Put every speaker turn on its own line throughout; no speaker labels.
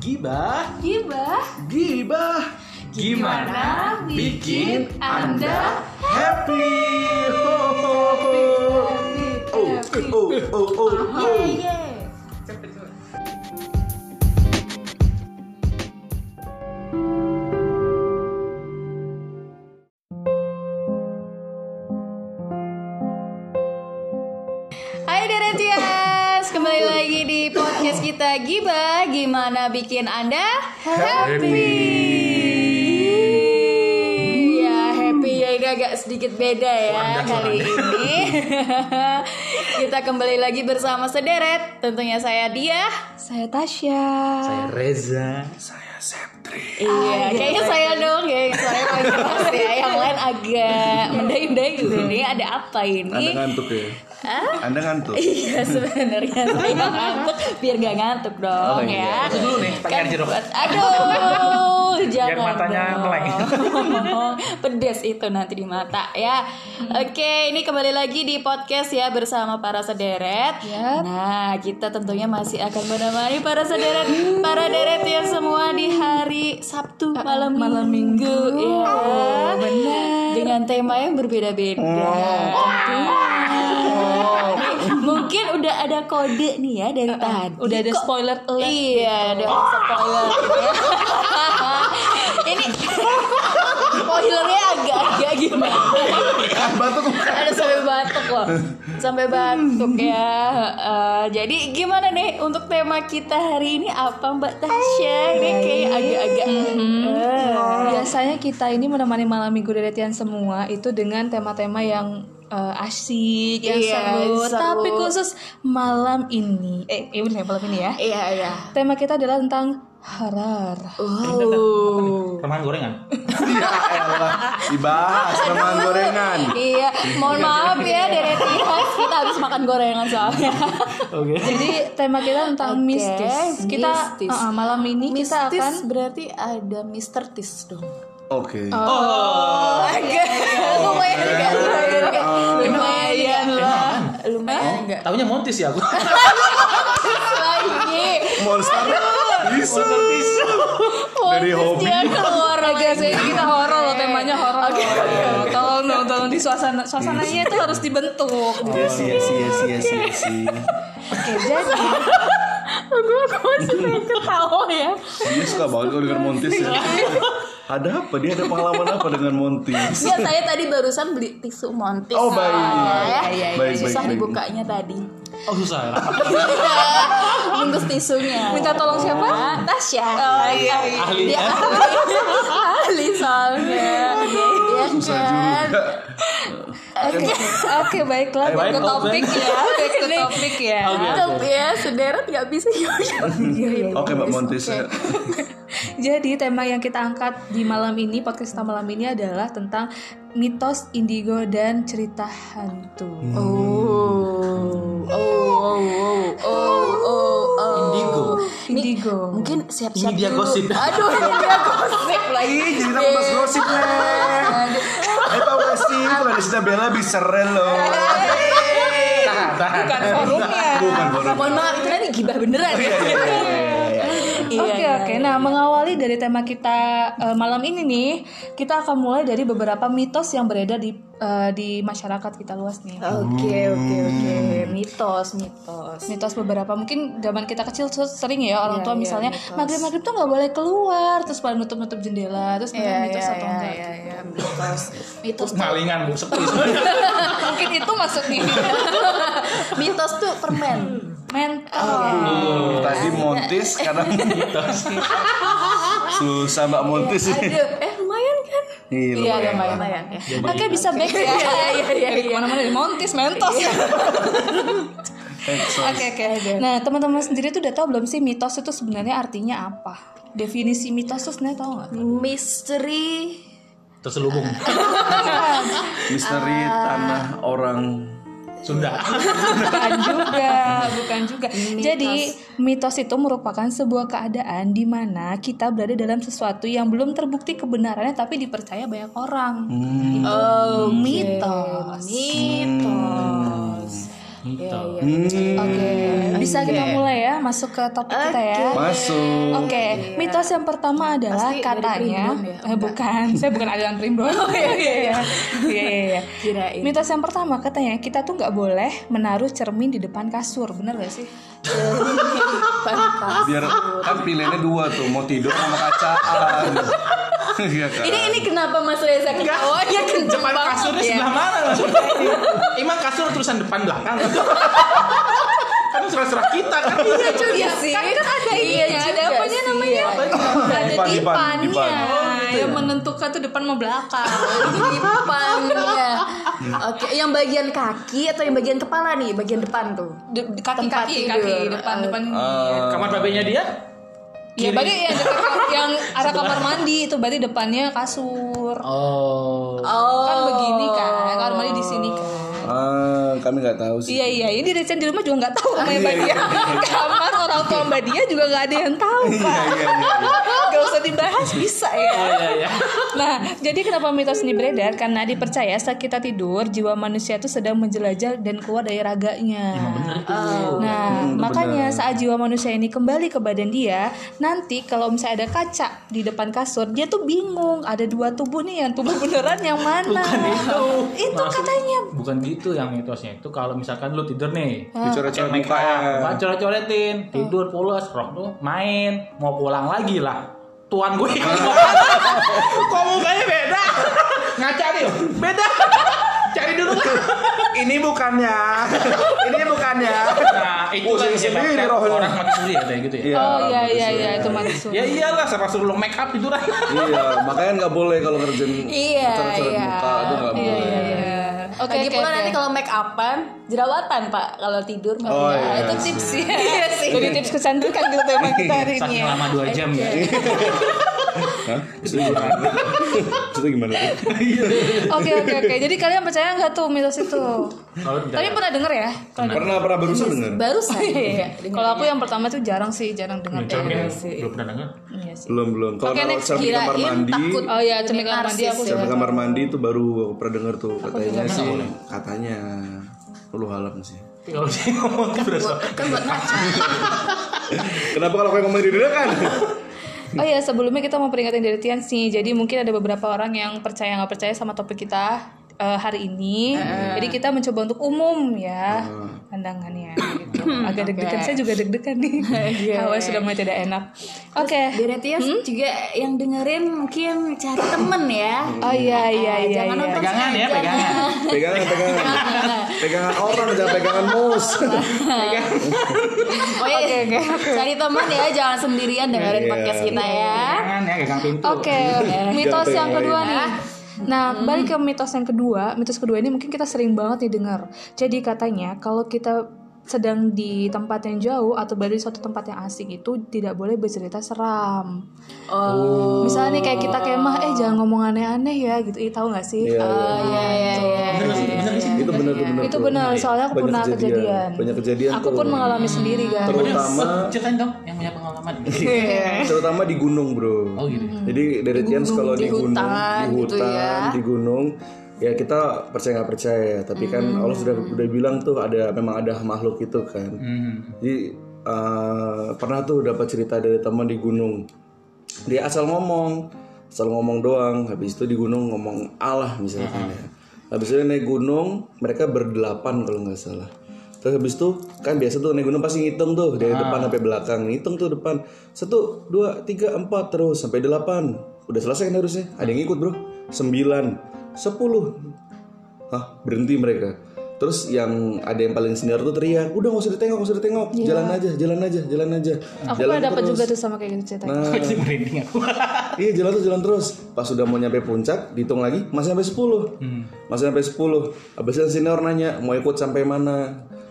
Gibah,
Gibah
gibah.
Gimana bikin Anda
happy? Ho, ho, ho. Oh,
happy,
oh, oh, oh, oh.
Yeay yeay. Hai Deretias, kembali lagi di podcast kita Giba Gimana bikin anda happy Ya happy ya ini agak sedikit beda ya
Wadah,
kali ini Kita kembali lagi bersama sederet Tentunya saya dia
Saya Tasya.
Saya Reza, saya Septri.
Iya, kayaknya saya dong ya yang suaranya paling keras ya Yang lain agak mendayung-dayung gitu nih Ada kan? apa ini?
Anda ngantuk ya?
Ah?
Anda ngantuk?
Iya sebenarnya saya ngantuk biar gak ngantuk dong
Oh, iya.
ya.
Aku dulu nih, pakai
Kan
air jeruk.
buat- Aduh, jangan.
Biar matanya
dong.
meleng.
Pedes itu nanti di mata ya.
Hmm.
Oke, ini kembali lagi di podcast ya bersama para sederet.
Yap.
Nah, kita tentunya masih akan menemani para sederet, para deret ya semua di hari Sabtu malam,
Ah, malam Minggu.
Ya.
Oh, benar. Oh.
Dengan tema yang berbeda-beda. Tentunya. Mungkin udah ada kode nih ya dari tadi.
Ah, Udah ada
Kok-
spoiler alert.
Iya, udah ada spoiler. Ini spoilernya agak-agak gimana?
Ah, batuk.
Ada sampai batuk loh, sampai batuk ya. Eh, jadi gimana nih untuk tema kita hari ini apa Mbak Tasya? Ini kayak agak-agak. Eh.
Biasanya kita ini menemani malam minggu deretian semua itu dengan tema-tema yang eh, asyik, yang
Iya,
seru.
seru.
Tapi khusus malam ini, eh, iya bener ya, malam ini ya.
Iya iya.
Tema kita adalah tentang horor.
Wow.
Kemahan gorengan.
Ya elah, dibahas teman gorengan.
Iya, mohon maaf ya Deretias kita habis makan gorengan soalnya.
Oke.
Jadi tema kita tentang
Oke,
mistis. Kita
mistis.
eh, eh, malam ini kita akan
berarti ada Mr. Tis dong.
Oke.
Oh, agak lumayan agak lumayan agak- lumayan lah. Lumayan iya. enggak?
Tahunya Montis ya aku.
Lagi.
Monster Isu. Dari
Wah,
hobi.
dia keluar lagi.
Guys, ini kita horor loh temanya horor.
Oke, oke,
Tolong dong, tolong di suasana suasananya itu harus dibentuk.
Yes, yes, yes, yes, yes, yes.
Oke, jadi
Gue gue sering ketawa ya.
Dia suka banget kalau dengan Montis ya. ada apa? Dia ada pengalaman apa dengan Montis?
Enggak, Iya, saya tadi barusan beli tisu Montis.
Oh, baik.
Ya,
Iya, iya, iya. Baik,
Susah
baik, baik.
dibukanya tadi.
Oh susah
Iya.
ya.
Bungkus tisunya.
minta tolong siapa?
Tasya. Oh iya.
Ahli
Dia
ya.
ahli soalnya. Iya
Susah
kan?
juga.
Oke, oke baiklah
Ayo,
back
baik,
ke
open.
topik ya, back ke topik ya.
Oke, oke.
Tetep ya, sederet nggak bisa ya?
Oke, Mbak Montis.
Oke.
Jadi tema yang kita angkat di malam ini podcast kita malam ini adalah tentang mitos indigo dan cerita hantu.
Oh, oh, oh, oh, oh, oh, oh.
Indigo.
Ini
Indigo.
mungkin siap-siap
Ini dia
dulu.
gosip.
Aduh, ini dia gosip lagi.
Ih, jadi takut pas gosip nih. Eh tau gak sih, itu ada Sita Bella bisa rel loh.
Tahan, tahan.
Bukan forumnya.
Bukan baru.
Mohon maaf, itu nanti gibah beneran.
Iya, iya, iya, iya.
Iya,
Oke
iya,
oke. Nah mengawali dari tema kita eh, malam ini nih, kita akan mulai dari beberapa mitos yang beredar di eh, di masyarakat kita luas nih.
Oke, oke, oke. Mitos, mitos.
Mitos beberapa mungkin zaman kita kecil tuh sering ya orang
Iya,
tua
iya,
misalnya
mitos.
maghrib maghrib tuh nggak boleh keluar terus pada nutup nutup jendela terus nanti kan mitos atau
iya,
enggak gitu.
iya, mitos. Mitos tuh,
Malingan bu sepi.
Iya,
mungkin itu maksudnya
mitos tuh permen.
mental
Tadi Montis, sekarang Susah Mbak Montis.
Aduh, eh lumayan kan?
Iya, lumayan.
lumayan. ya.
oke bisa back ya
Iya, iya, iya,
Dari
iya.
kemana-mana dari montis mentos
Eh, so-
oke oke nah teman-teman sendiri tuh udah tahu belum sih mitos itu sebenarnya artinya apa definisi mitos tuh sebenarnya tahu nggak
Misteri
Terselubung.
Misteri tanah orang.
Sunda.
bukan juga bukan juga jadi mitos itu merupakan sebuah keadaan di mana kita berada dalam sesuatu yang belum terbukti kebenarannya tapi dipercaya banyak orang
Hmm.
Oh, mitos. iya, Mitos.
Entah.
Hmm,
Oke, bisa kita
Oke.
mulai ya masuk ke topik kita
Oke.
ya.
Iya.
masuk.
Oke, mitos yang pertama adalah
Pasti dari
katanya
Primbon ya? Oh,
eh, bukan, saya bukan aliran primbon. Iya iya iya. Iya iya iya.
Kirain.
Mitos yang pertama katanya kita tuh nggak boleh menaruh cermin di depan kasur, bener gak sih?
Biar kan pilihannya dua tuh, mau tidur sama kacaan. Iya kan?
Ini ini kenapa Mas Reza ketawanya kenceng
Depan
banget
kasurnya
ya?
sebelah mana maksudnya?
iya.
Emang kasur tulisan depan belakang. kan surah-surah kita kan.
Iya juga sih.
kan- kan ada
iya
ininya, ada
juga
apanya
sih,
namanya?
ya.
Ada
Dipan, dipan,
dipannya
dipan. Oh, gitu ya.
yang menentukan tuh depan mau belakang.
Dipan ya.
Hmm.
Oke, yang bagian kaki atau yang bagian kepala nih? Bagian depan tuh.
De- de- kaki
Tempat
kaki
tidur.
kaki depan depan.
Eh,
Kamar babenya dia?
ya bagi yang dekat- yang arah kamar mandi itu berarti depannya kasur.
Oh.
Oh.
Kan begini kan, kamar mandi di sini kan.
ah, kami nggak tahu sih.
Iya iya, ini Reza di rumah juga nggak tahu sama
Iya,
Mbak Dia. Kamar orang tua Mbak Dia juga nggak ada yang tahu.
Iya iya iya.
Gak usah dibahas bisa ya.
Iya iya.
Nah, jadi kenapa mitos ini beredar? Karena dipercaya saat kita tidur, jiwa manusia itu sedang menjelajah dan keluar dari raganya. Nah, makanya saat jiwa manusia ini kembali ke badan dia, nanti kalau misalnya ada kaca di depan kasur, dia tuh bingung. Ada dua tubuh nih, yang tubuh beneran yang mana?
itu.
Itu
Maksud-
katanya.
Bukan gitu yang mitosnya itu kalau misalkan lu tidur nih.
Iya.
Dicoret-coret muka.
Mbak coret-coretin, tidur pulas, rok tuh main, mau pulang lagi lah. Tuan gue.
Iya.
Kok mukanya beda? Ngaca nih, beda. Cari dulu kan.
Ini bukannya. Ini bukannya.
Nah, itu kan
Pusing sendiri
sendiri
rohnya.
orang mati suri ya kayak gitu ya.
Iya,
oh iya iya
bagus,
iya
ya.
itu mati suri.
Ya iyalah, sama suruh make up tiduran.
Iya, makanya nggak boleh kalau ngerjain
Iya,
coret-coret
iya.
muka itu nggak boleh.
Iya iya iya. Oke
Nah, Lagi
oke,
pula
oke.
nanti kalau make upan jerawatan Pak kalau tidur Mbak.
Oh,
Ya,
iya.
Itu tips ya. Iya sih.
jadi tips kecantikan gitu tema kita hari ini
Saking
ya.
lama 2 jam ya.
Hah? Itu gimana? Itu gimana?
Iya. Oke oke oke. Jadi kalian percaya nggak tuh mitos itu?
Kalau tidak.
Tapi pernah denger ya?
Pernah pernah barusan dengar?
Baru saya.
Iya. Kalau aku yang pertama tuh jarang sih, jarang dengar
Jamin
dari sih.
ya. belum pernah denger.
Iya sih.
Belum belum. Kalau
Oke,
okay,
next.
cermin kamar
Kirain
mandi,
takut
Oh iya, cermin kamar mandi
Narsis
aku
ya.
cermin kamar mandi itu baru aku pernah denger tuh katanya sih, katanya lu halam sih.
Kalau dia ngomong berasa.
Kan buat ngaca.
Kenapa kalau kayak ngomong diri kan?
Oh iya, sebelumnya kita mau peringatin dari Tian sih. Jadi mungkin ada beberapa orang yang percaya nggak percaya sama topik kita eh, hari ini. Jadi kita mencoba untuk umum ya pandangannya. Gitu. Agak deg-degan, saya juga deg-degan nih. Hawa sudah mulai tidak enak. Oke.
Diretias ya
Hmm?
juga yang dengerin mungkin cari temen ya.
Oh iya iya
Eh,
iya.
jangan
iya.
nonton
Pegangan ya,
sendirian.
pegangan.
pegangan pegangan pegangan orang jangan pegangan mus.
Nah,
Oh iya, cari teman ya, jangan sendirian dengerin
Iya.
podcast kita ya.
Jangan ya, gang pintu.
Oke, mitos
Jangan
yang
pengen
kedua nih.
Ah.
Nah, balik ke mitos yang kedua. Mitos kedua ini mungkin kita sering banget nih dengar. Jadi katanya kalau kita sedang di tempat yang jauh atau berada di suatu tempat yang asing itu tidak boleh bercerita seram. Oh. Misalnya nih kayak kita kemah, eh jangan ngomong aneh-aneh ya gitu. Ih, tahu nggak sih?
Iya, iya.
Iya iya iya.
Itu benar tuh benar.
Itu
tuh.
benar, soalnya aku
Banyak
pernah
kejadian.
kejadian.
Banyak kejadian
Aku
tuh.
pun mengalami sendiri kan.
Terutama
Ceritain dong yang punya pengalaman.
terutama di gunung bro.
Oh gitu.
Jadi dari Tians kalau di, gunung,
hutan
di
gitu
hutan, di gunung, ya kita percaya nggak percaya. Tapi kan Allah sudah udah bilang tuh ada memang ada makhluk itu kan.
Hmm.
Jadi eh, pernah tuh dapat cerita dari teman di gunung. Dia asal ngomong, asal ngomong doang. Habis itu di gunung ngomong Allah misalkan ya. Habis itu naik gunung, mereka berdelapan kalau nggak salah. Terus habis itu kan biasa tuh naik gunung pasti ngitung tuh dari depan sampai belakang, ngitung tuh depan satu dua tiga empat terus sampai delapan. Udah selesai kan harusnya. Ada yang ikut bro. Sembilan, sepuluh, Hah, berhenti mereka. Terus yang ada yang paling senior tuh teriak, udah nggak usah ditengok, nggak usah ditengok, jalan aja, jalan aja, jalan aja.
Iya. Aku
jalan
pernah dapat
terus.
juga tuh sama kayak gitu cerita.
Nah,
Jadi merinding aku.
iya jalan terus, jalan terus. Pas sudah mau nyampe puncak, dihitung lagi, masih sampai 10
Hmm.
Masih sampai 10 Habis itu yang senior nanya, mau ikut sampai mana?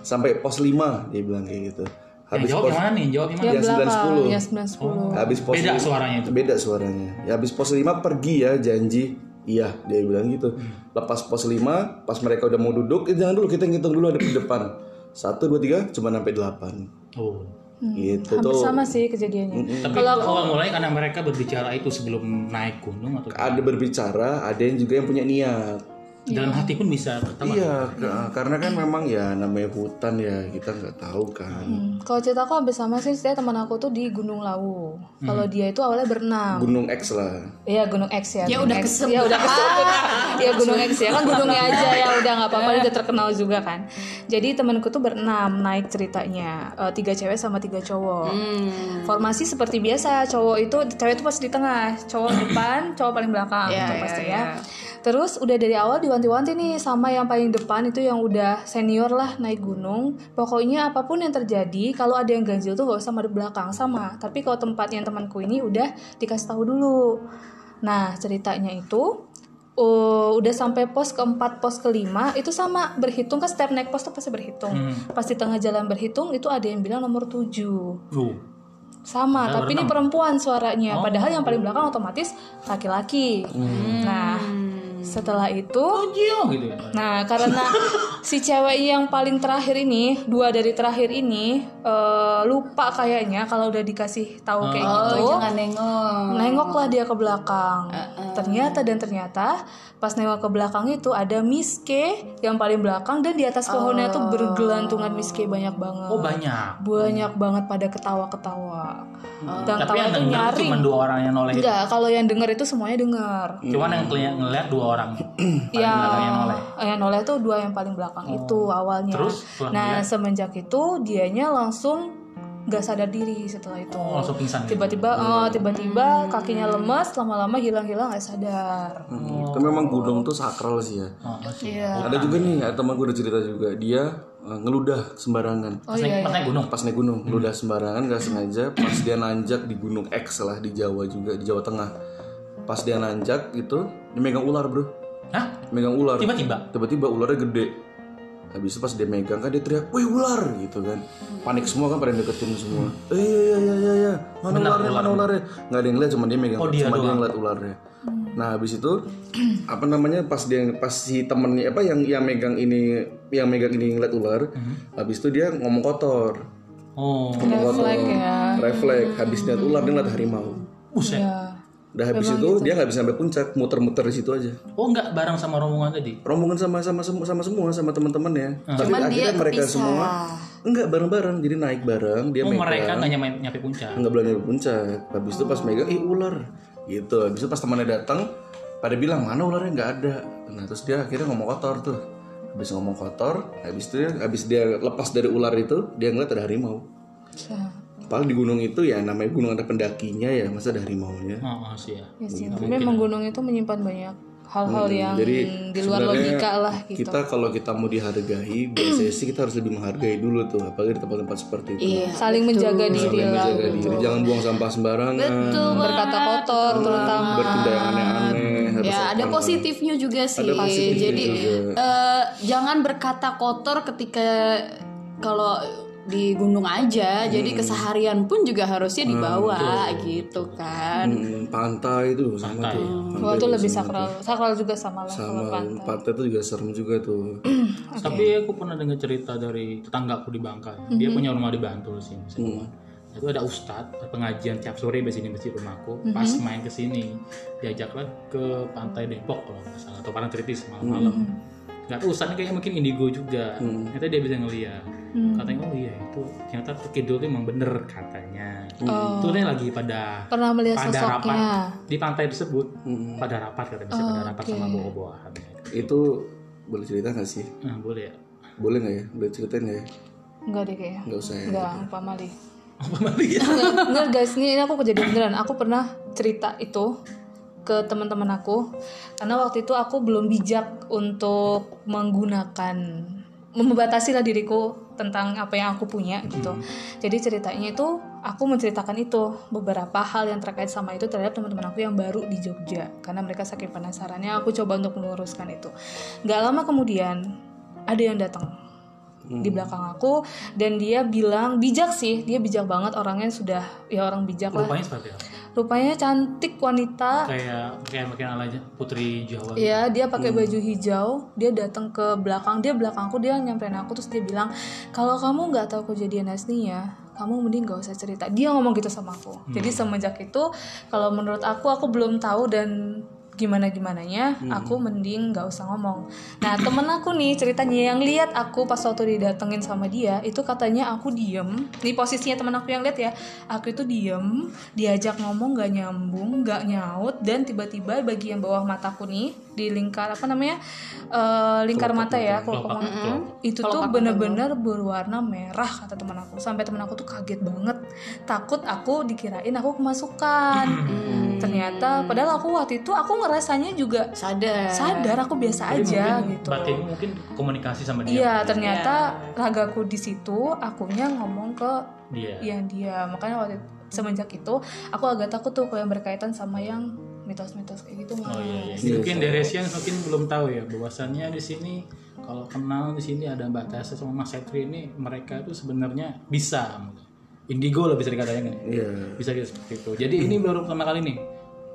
Sampai pos 5 dia bilang kayak gitu.
Yang
Habis
jawab
pos
yang mana nih? Yang Jawab yang mana?
yang sembilan sepuluh.
ya 910.
Habis pos
Oh. Beda
lima-
suaranya itu.
Beda suaranya. Ya, habis pos 5 pergi ya janji. Iya, dia bilang gitu. Lepas pos 5, pas mereka udah mau duduk, eh, jangan dulu kita ngitung dulu ada di depan. 1 2 3 cuma sampai 8.
Oh.
gitu
Hampir
tuh.
Hmm, sama sih kejadiannya.
Tapi awal mulai karena mereka berbicara itu sebelum naik gunung atau
Ada berbicara, ada yang juga yang punya niat.
Iya.
dalam hati pun bisa berteman
Iya, ka- karena kan memang ya namanya hutan ya kita nggak tahu kan.
Hmm, Kalau cerita aku hampir sama sih, saya teman aku tuh di Gunung Lawu. Kalau dia itu awalnya berenang.
Gunung X lah.
Iya Gunung X ya.
Ya
Gunung
udah
X.
kesebut.
Ya udah kesebut. ya Gunung X ya kan gunungnya aja ya udah nggak apa-apa dia udah terkenal juga kan. Jadi temanku tuh berenam naik ceritanya Eh, tiga cewek sama tiga cowok. Formasi seperti biasa cowok itu cewek itu pasti di tengah, cowok depan, cowok paling belakang
Ya,
gitu
ya,
pasti
ya.
ya. Terus udah dari awal diwanti-wanti nih sama yang paling depan itu yang udah senior lah naik gunung. Pokoknya apapun yang terjadi kalau ada yang ganjil tuh gak usah madep belakang sama. Tapi kalau tempat yang temanku ini udah dikasih tahu dulu. Nah ceritanya itu uh, udah sampai pos keempat pos kelima itu sama berhitung kan setiap naik pos tuh pasti berhitung. Pasti tengah jalan berhitung itu ada yang bilang nomor tujuh.
Tuh.
Sama, tapi ini perempuan suaranya. Padahal yang paling belakang otomatis laki-laki. Nah, setelah itu,
Jiong gitu ya.
nah karena si cewek yang paling terakhir ini, dua dari terakhir ini eh, lupa kayaknya kalau udah dikasih tahu kayak gitu.
jangan nengok
Nengoklah dia ke belakang. Ternyata dan ternyata pas nengok ke belakang itu ada Miss K yang paling belakang dan di atas pohonnya tuh bergelantungan Miss K banyak banget
Oh banyak.
banyak banget pada ketawa-ketawa dan
Tapi
tawa
yang
itu
denger
nyaring
cuma dua orang yang noleh. itu.
enggak kalau yang denger itu semuanya dengar
Cuman yang keli- ngeliat dua orang. Paling
ya
belakang yang noleh.
yang noleh tuh dua yang paling belakang itu awalnya
Terus setelah
nah semenjak itu dianya langsung nggak sadar diri setelah itu
Oh, langsung pingsan. gitu.
tiba-tiba oh, tiba-tiba kakinya lemas lama-lama hilang-hilang nggak sadar
Hmm, Itu memang gunung tuh sakral sih ya.
Oh,
Oh.
terus
iya
Ada juga nih ada teman gue udah cerita juga dia eh, ngeludah sembarangan.
oh
pas naik-
iya
pas
iya.
naik gunung.
Pas naik gunung, ngeludah sembarangan gak sengaja pas dia nanjak di gunung X lah di Jawa juga di Jawa Tengah. Pas dia nanjak itu dia megang ular bro,
Hah?
megang ular.
Tiba-tiba.
tiba-tiba ularnya gede habis itu pas dia megang kan dia teriak wih ular gitu kan panik semua kan pada deketin semua
Hmm.
eh iya iya iya iya iya mana ularnya mana ularnya nggak ada yang lihat cuma dia megang
Oh, dia
cuma dia
doang.
ngeliat ularnya nah habis itu apa namanya pas dia pas si temennya apa yang yang megang ini yang megang ini ngeliat ular
Hmm.
habis itu dia ngomong kotor
Oh.
ngomong kotor refleks habis lihat ular dia ngeliat harimau
Buset.
Iya.
udah habis itu dia nggak bisa sampai puncak muter-muter di situ aja
Oh enggak bareng sama rombongan tadi.
rombongan sama sama sama sama semua sama teman-temannya. Tapi akhirnya mereka semua enggak bareng-bareng, jadi naik bareng, dia
Oh
megang
mereka nggak nyampe nyampe puncak.
enggak berani ke puncak. Habis itu pas megang ih ular gitu. Habis itu pas temannya datang pada bilang mana ularnya nggak ada. Nah, terus dia akhirnya ngomong kotor tuh. Habis ngomong kotor, habis itu dia- habis dia lepas dari ular itu, dia ngeliat ada harimau. Padahal di gunung itu ya namanya gunung ada pendakinya ya, masa ada harimaunya.
Oh, oh sih ya.
Ya sih, tapi memang gunung itu menyimpan banyak hal-hal yang Hmm, di luar
sebenarnya
logika lah gitu.
Kita kalau kita mau dihargai, biasanya sih kita harus lebih menghargai dulu tuh, apalagi di tempat-tempat seperti itu.
iya
Saling menjaga diri lah.
Menjaga diri, jangan buang sampah sembarangan,
Berkata kotor terutama.
Hmm, bertindak yang aneh-aneh, harus
Ya, ada positifnya juga sih.
positifnya
Jadi
juga.
eh, jangan berkata kotor ketika kalau di gunung aja. Jadi
Hmm.
keseharian pun juga harusnya
Ah,
dibawa gitu kan.
Hmm, pantai itu sama tuh.
Kalau itu lebih sakral, sakral juga sama lah kalau
Sama
pantai.
pantai itu juga serem juga tuh.
Tapi aku pernah dengar cerita dari tetanggaku di Bangka.
Mhm.
Dia punya rumah di Bantul sini.
Hmm,
semua. Itu ada ustadz pengajian tiap sore di sini masjid rumahku. Pas main ke sini diajaklah ke pantai Depok kalau nggak salah atau Parangtritis malam-malam. Gak tau ustadznya kayaknya mungkin indigo juga. Ternyata dia bisa ngeliat. Katanya oh iya itu ternyata kidul itu emang bener katanya. Itu dia lagi pada
Pernah melihat
pada rapat
sosoknya.
di pantai tersebut. Pada rapat katanya bisa pada rapat sama bawa-bawaan.
Itu boleh cerita nggak sih?
Nah boleh ya.
Boleh nggak ya? Boleh ceritain nggak ya?
Enggak deh kayaknya.
Nggak usah ya.
Enggak, Pak Mali.
Apa lagi?
Enggak, enggak, guys, ini, ini aku kejadian beneran. Aku pernah cerita itu ke teman-teman aku karena waktu itu aku belum bijak untuk menggunakan membatasi lah diriku tentang apa yang aku punya gitu. Jadi ceritanya itu aku menceritakan itu beberapa hal yang terkait sama itu terhadap teman-teman aku yang baru di Jogja karena mereka saking penasarannya aku coba untuk meluruskan itu. Gak lama kemudian ada yang datang di belakang aku dan dia bilang bijak sih dia bijak banget orangnya sudah ya orang bijak lah
Rupanya seperti apa?
rupanya cantik wanita
Kayak kayak makin ala putri Jawa. gitu.
ya dia pakai baju hijau dia datang ke belakang dia belakangku dia nyamperin aku terus dia bilang kalau kamu nggak tahu kejadian aslinya ya, kamu mending gak usah cerita dia ngomong gitu sama aku jadi semenjak itu kalau menurut aku aku belum tahu dan gimana gimananya aku mending nggak usah ngomong nah temen aku nih ceritanya yang lihat aku pas waktu didatengin sama dia itu katanya aku diem nih posisinya temen aku yang lihat ya aku itu diem diajak ngomong nggak nyambung nggak nyaut dan tiba-tiba bagian bawah mataku nih di lingkar apa namanya eh, lingkar mata ya kalau
kelopak,
ngomong
kelopak.
itu tuh bener-bener berwarna merah kata teman aku sampai teman aku tuh kaget banget takut aku dikirain aku kemasukan
Hmm.
ternyata padahal aku waktu itu aku ngerasanya juga
sadar
sadar aku biasa aja
mungkin
gitu
batin mungkin komunikasi sama dia
iya ternyata ragaku di situ akunya ngomong ke
dia
yang dia makanya waktu semenjak itu aku agak takut tuh kalau yang berkaitan sama yang mitos-mitos kayak gitu
Oh iya, iya.
Mas.
mungkin Deres yang mungkin belum tahu ya bahwasannya di sini kalau kenal di sini ada Mbak Tessa sama Mas Setri ini mereka itu sebenarnya bisa indigo lah bisa dikatakan kan?
Iya.
bisa gitu seperti itu. Jadi ini baru pertama kali nih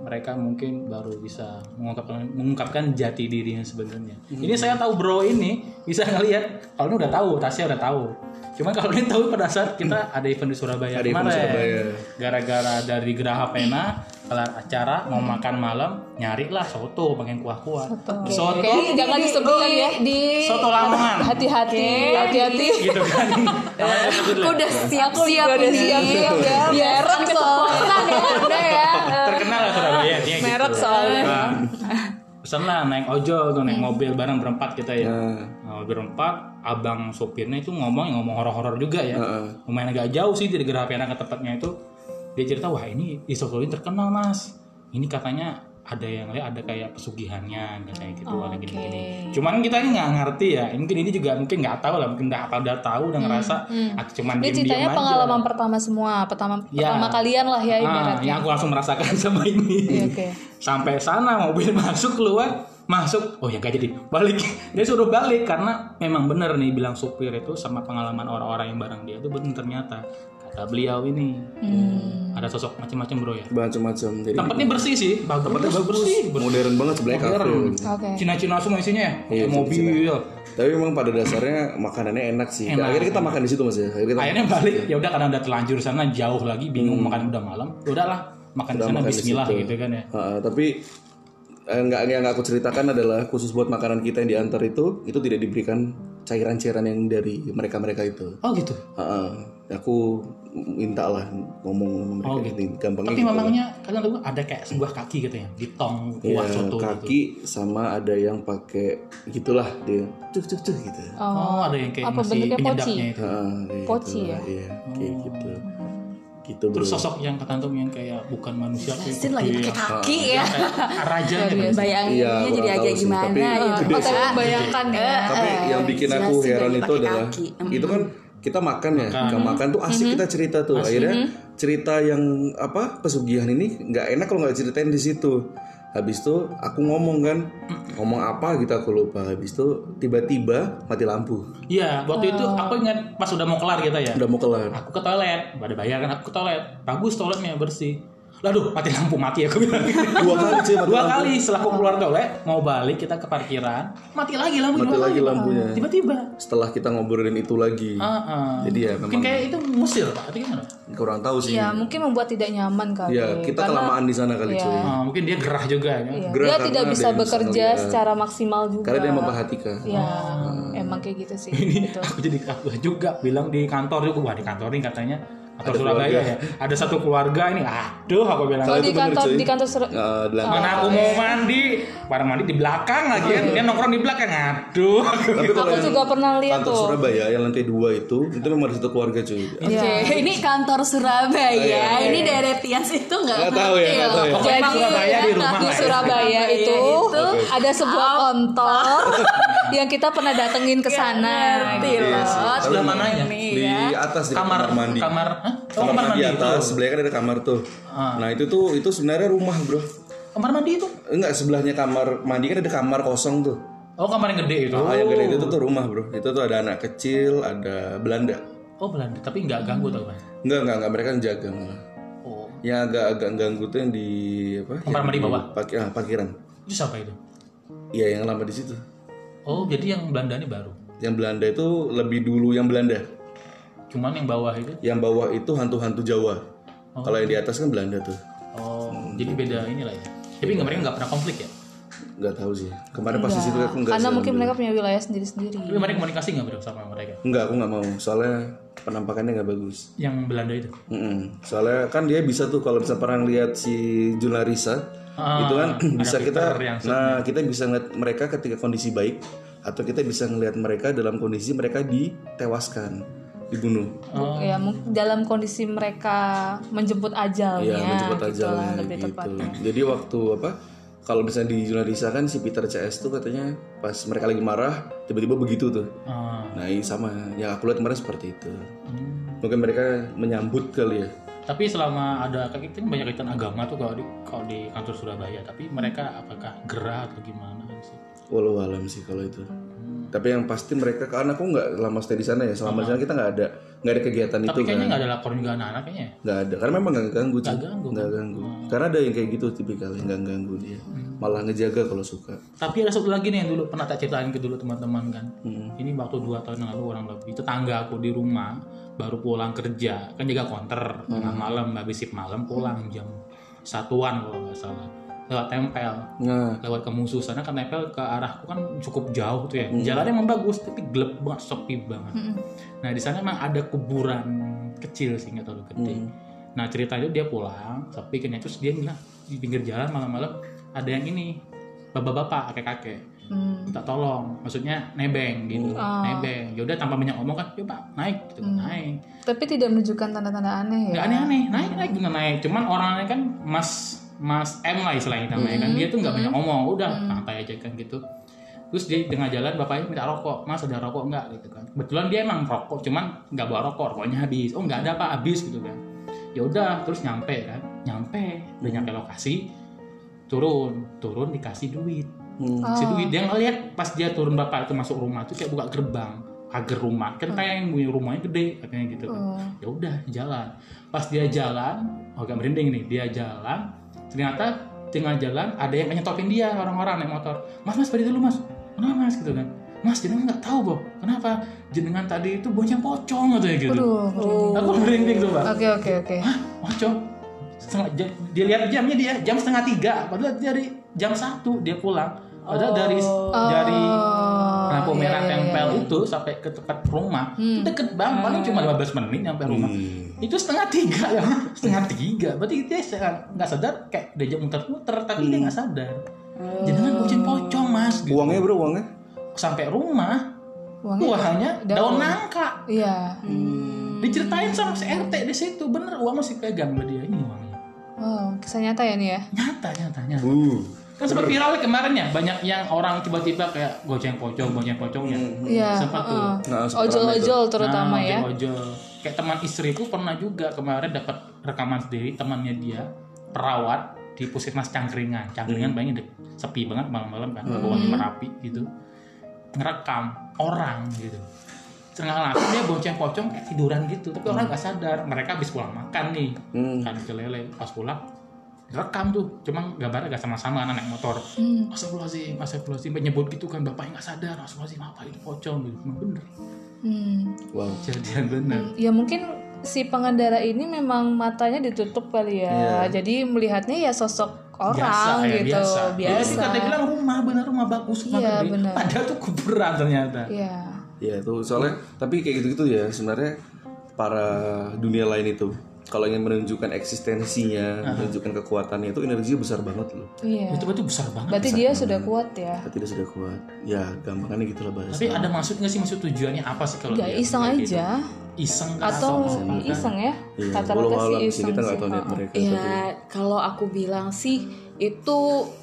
mereka mungkin baru bisa mengungkapkan mengungkapkan jati dirinya sebenarnya.
Hmm.
Ini saya tahu bro ini bisa ngelihat kalau ini udah tahu, Tasya udah tahu. Cuman kalau ini tahu pada saat kita ada event di
Hmm.
Surabaya
Ada event
kemarin.
di Surabaya.
Gara-gara dari Geraha Pena kelar acara mau makan malam nyarilah soto pengen kuah-kuah. Soto
Oke, jangan disebutkan ya
Eh,
di
soto Lamongan
hati-hati hati-hati
gitu kan. Namanya soto dulu.
udah siap-siap ini
Iya,
ya merek soalnya ya udah ya
Terkenal lah Surabaya dia gitu.
merek soalnya
Nah, pesen lah naik ojol tuh naik mobil bareng berempat kita ya Nah, berempat abang sopirnya itu ngomong yang ngomong horor-horor juga ya lumayan agak jauh sih dari gerak Pena ke tempatnya itu dia cerita wah ini di Solo ini terkenal mas ini katanya ada yang lihat ada kayak pesugihannya katanya gitu ada gini-gini cuman kita ini nggak ngerti ya mungkin ini juga mungkin nggak tahu lah mungkin udah apa udah tahu udah ngerasa ah, cuman
Ini
diem-diem
ceritanya
aja.
pengalaman pertama semua, pertama
Ya.
pertama kalian lah ya
Ah,
ibaratnya.
yang aku langsung merasakan sama ini
Iya, oke.
sampai sana mobil masuk keluar masuk oh ya gak jadi balik dia suruh balik karena memang bener nih bilang supir itu sama pengalaman orang-orang yang bareng dia itu bener ternyata kata beliau ini
Hmm.
ada sosok macam-macam bro ya
macam-macam jadi
tempatnya bersih sih bagus tempatnya bagus sih
modern banget sebelah kafe
Oke.
Cina-Cina semua isinya ya Pakai mobil
tapi memang pada dasarnya makanannya enak sih
Enak.
akhirnya kita makan di situ mas ya akhirnya kita
akhirnya balik ya udah karena udah terlanjur sana jauh lagi bingung makan udah malam Ya udahlah makan di sana
makan di
Bismillah
situ.
gitu kan ya
Heeh, tapi eh, nggak yang nggak aku ceritakan adalah khusus buat makanan kita yang diantar itu itu tidak diberikan cairan-cairan yang dari mereka-mereka itu.
oh gitu
Heeh, aku minta lah ngomong sama mereka
Oh, gitu.
Ini gampangnya
Tapi
gitu.
memangnya kalian tahu ada kayak sebuah kaki katanya di tong
Ya,
kuah soto gitu.
kaki sama ada yang pakai gitulah dia cuh cuh cuh gitu.
Oh, ada yang kayak
Apa
masih
bentuknya poci?
penyedapnya itu.
Heeh, kayak
Poci
gitu
ya?
lah, Iya, kayak gitu. Gitu bro.
Oh. Terus sosok yang ketantum yang kayak bukan manusia kayak
Sin lagi pakai
gitu ya.
kaki ya
Kayak raja gitu.
Iya,
bayanginnya jadi
kurang
agak
tahu sih,
gimana
tapi-
gitu
Oh, tapi
ya.
membayangkan ya.
Tapi yang bikin
jelasin
aku
dari
heran itu
pakai
adalah
kaki. Mm.
itu kan kita makan ya, nggak makan tuh asik kita cerita tuh. Akhirnya cerita yang apa pesugihan ini nggak enak kalau nggak ceritain di situ. Habis itu aku ngomong kan, ngomong apa gitu aku lupa. Habis itu tiba-tiba mati lampu,
Iya, waktu itu
Oh.
aku ingat pas udah mau kelar gitu ya.
udah mau kelar.
Aku ke toilet, gak ada bayar kan aku ke toilet. Bagus toiletnya bersih. Lalu mati lampu mati aku bilang.
Dua kali cuy mati
Dua
lampu.
kali setelah aku keluar toilet mau balik kita ke parkiran, mati lagi lampunya.
Mati
dua
lagi
kali.
lampunya.
Tiba-tiba.
Setelah kita ngobrolin itu lagi,
Ah, ah.
Jadi ya,
mungkin
memang-
kayak itu musir Pak, atau gimana?
kurang tahu sih.
Ya,
Iya,
mungkin membuat tidak nyaman kali. ya.
kita
Karena
kelamaan di sana kali
Iya.
cuy.
Ah, mungkin dia gerah juga ya.
iya,
Gerah
dia
karena
tidak
ada
bisa
yang bisa
bekerja
ngeliat.
secara maksimal juga.
Karena dia memperhatikan.
Ya, emang kayak gitu sih.
Ini
gitu.
aku jadi kagum juga bilang di kantor juga wah di kantor ini katanya kantor
Ada
Surabaya
keluarga.
ya ada satu keluarga ini aduh aku bilang
Kalau
itu
di
bener,
kantor
cuy.
di kantor Sur-
Eh, di lantai.
mana aku mau mandi para mandi di belakang lagi kan dia nongkrong di belakang aduh
Tapi kalau
aku
yang
juga pernah lihat
kantor
tuh. Iya.
Surabaya yang lantai dua itu itu memang ada satu keluarga cuy.
Oke, ini kantor Surabaya. Ini daerah Tias itu nggak
Nggak tahu ya,
ngerti
nggak
loh.
tahu ya.
Pokoknya
Emang
Surabaya di
iya,
rumah
Di
lah ya.
Surabaya
Surabaya
itu
itu
ada sebuah kontol yang kita pernah datengin ke sana. Gitu.
ngerti
Iya
loh.
sih. Tapi
sebelah
memang
mananya?
Ini
Di
ya.
atas di
kamar
mandi.
kamar Hah? Oh,
Kamar mandi atas,
itu
sebelahnya kan ada kamar tuh. Nah, itu tuh itu sebenarnya rumah, Bro.
kamar mandi itu
Enggak, sebelahnya kamar mandi kan ada kamar kosong tuh.
oh kamar yang gede itu
Ah, yang gede itu tuh rumah, Bro. Itu tuh ada anak kecil, ada Belanda.
oh Belanda tapi nggak ganggu tau kan
Enggak, enggak, enggak mereka yang jaga malah.
oh
Yang agak-agak ganggu tuh yang di apa?
Kamar
yang
mandi
di
bawah?
Paki, ah, parkiran.
itu siapa itu
Iya, yang lama di situ.
oh jadi yang Belanda ini baru
Yang Belanda itu lebih dulu yang Belanda.
cuman yang bawah itu
Yang bawah itu hantu-hantu Jawa. Kalau yang di atas kan Belanda tuh.
oh jadi beda inilah ya Tapi nggak mereka nggak pernah konflik ya.
nggak tahu sih kemarin pas di situ aku nggak
Karena
sih,
mungkin
alhamdulillah.
mereka punya wilayah sendiri-sendiri.
Tapi mereka komunikasi nggak bro sama mereka.
nggak aku nggak mau soalnya penampakannya nggak bagus
Yang Belanda itu.
Mm-mm. Soalnya kan dia bisa tuh kalau bisa pernah lihat si Juna Risa
Ah,
itu kan
ada
bisa kita
Peter yang
nah kita bisa ngeliat mereka ketika kondisi baik atau kita bisa ngelihat mereka dalam kondisi mereka ditewaskan dibunuh
Buk- Ya, mung- dalam kondisi mereka menjemput ajalnya.
ya menjemput
gitu lah,
ajalnya
lebih
gitu,
tepatnya.
jadi waktu apa kalau misalnya di Juna Risa kan si Peter CS tuh katanya pas mereka lagi marah tiba-tiba begitu tuh
Ah.
nah ini sama yang aku lihat kemarin seperti itu mungkin mereka menyambut kali ya
Tapi selama ada kan banyak kaitan agama tuh kalau di kalau di kantor Surabaya. Tapi mereka apakah gerah atau gimana sih?
Walau alam sih kalau itu. Tapi yang pasti mereka karena aku nggak lama stay di sana ya. Selama di sana kita nggak ada nggak ada kegiatan itu
Tapi
kan.
kayaknya nggak ada laporan juga anak-anak kayaknya. ya?
Nggak ada karena memang nggak ganggu sih.
ganggu,
Nggak ganggu. Karena ada yang kayak gitu tipikalnya nggak ganggu dia. Malah ngejaga kalau suka.
Tapi ada satu lagi nih yang dulu pernah tak ceritain ke dulu teman-teman kan. Ini waktu dua tahun yang lalu orang lebih tetangga aku di rumah baru pulang kerja kan jaga konter tengah malam habis shift malam pulang jam satuan kalau nggak salah lewat tempel
Nah,
lewat ke musuh sana kan nempel ke arahku kan cukup jauh tuh ya jalannya emang bagus tapi gelap banget sepi banget nah di sana emang ada kuburan kecil sih nggak terlalu gede nah ceritanya dia pulang sepi kan terus dia bilang di pinggir jalan malam-malam ada yang ini bapak-bapak kakek-kakek minta tolong maksudnya nebeng gitu nebeng yaudah tanpa banyak omong kan yuk pak naik gitu kan, naik
Tapi tidak menunjukkan tanda-tanda aneh ya.
nggak aneh-aneh naik naik bener naik cuman orangnya kan mas mas M lah istilahnya namanya kan dia tuh nggak banyak omong udah santai aja kan gitu terus dia di tengah jalan bapaknya minta rokok mas ada rokok nggak gitu kan kebetulan dia emang rokok cuman nggak bawa rokok rokoknya habis oh nggak ada pak habis gitu kan ya udah terus nyampe kan nyampe udah nyampe lokasi turun turun dikasih duit si duit dia ngeliat pas dia turun bapak itu masuk rumah tuh kayak buka gerbang pagar rumah kan kayak yang punya rumahnya gede katanya gitu kan ya udah jalan pas dia jalan oh, agak merinding nih dia jalan ternyata tengah jalan ada yang nyetopin dia orang-orang naik motor mas mas berhenti dulu mas kenapa mas gitu kan mas jenengan nggak tahu boh kenapa jenengan tadi itu bonceng pocong katanya gitu
Aduh, merinding.
aku merinding tuh pak
Oke oke oke.
Hah, pocong setengah jam dia lihat jamnya dia jam setengah tiga padahal dari jam satu dia pulang padahal dari dari lampu merah tempel itu sampai ke tempat rumah itu deket banget paling cuma 15 menit nyampe rumah itu setengah tiga ya setengah tiga berarti dia se- nggak sadar kayak dia jam muter-muter tapi dia nggak sadar jangan kucing pocong mas gitu.
uangnya bro uangnya?
sampai rumah
Uangnya
uangnya daun nangka
Iya.
diceritain sama si RT di situ bener uang masih pegang sama dia ini uangnya
Wow, kisah nyata ya nih ya.
nyata nyata nyata
Uh.
kan sempat viral kemarin ya banyak yang orang tiba-tiba kayak goceng pocong goceng pocong ya
Iya.
sempat tuh
Nah, seperti
Ojol-ojol terutama ya.
ojol kayak teman istriku pernah juga kemarin dapat rekaman sendiri temannya dia perawat di puskesmas Cangkringan
Hmm.
Cangkringan bayangin deh, sepi banget malam-malam kan bawahnya merapi gitu ngerekam orang gitu setengah langsung dia bonceng pocong kayak tiduran gitu tapi
Hmm.
orang nggak sadar mereka habis pulang makan nih
Hmm.
kan kelele pas pulang rekam tuh cuman gambarnya gak sama-sama kan anak motor
Hmm.
astagfirullahaladzim astagfirullahaladzim menyebut gitu kan bapaknya gak sadar astagfirullahaladzim apa itu pocong gitu Emang bener
Hmm.
Wow.
jadian bener
Ya mungkin si pengendara ini memang matanya ditutup kali ya.
Iya.
Jadi melihatnya ya sosok orang
ya,
gitu,
biasa Ya, sih,
biasa.
kan dia bilang rumah bener rumah bagus rumah
Iya,
gede
bener.
padahal tuh kuburan ternyata
Iya.
Ya itu soalnya tapi kayak gitu-gitu ya sebenarnya para dunia lain itu kalau ingin menunjukkan eksistensinya, menunjukkan kekuatannya itu energi besar banget loh.
Iya.
itu batu besar banget
Berarti dia sudah kuat ya.
Tapi dia sudah kuat. Ya, gampangannya gitulah bahasa.
tapi ada maksud nggak sih maksud tujuannya apa sih kalau
Gak
dia
Ya, iseng
kayak gitu?
aja
iseng nggak
atau iseng ya?
Iya, walau
Rata-rata sih
alam sih
iseng
kita nggak
sih.
tahu niat mereka. tapi-
Ya, kalau aku bilang sih itu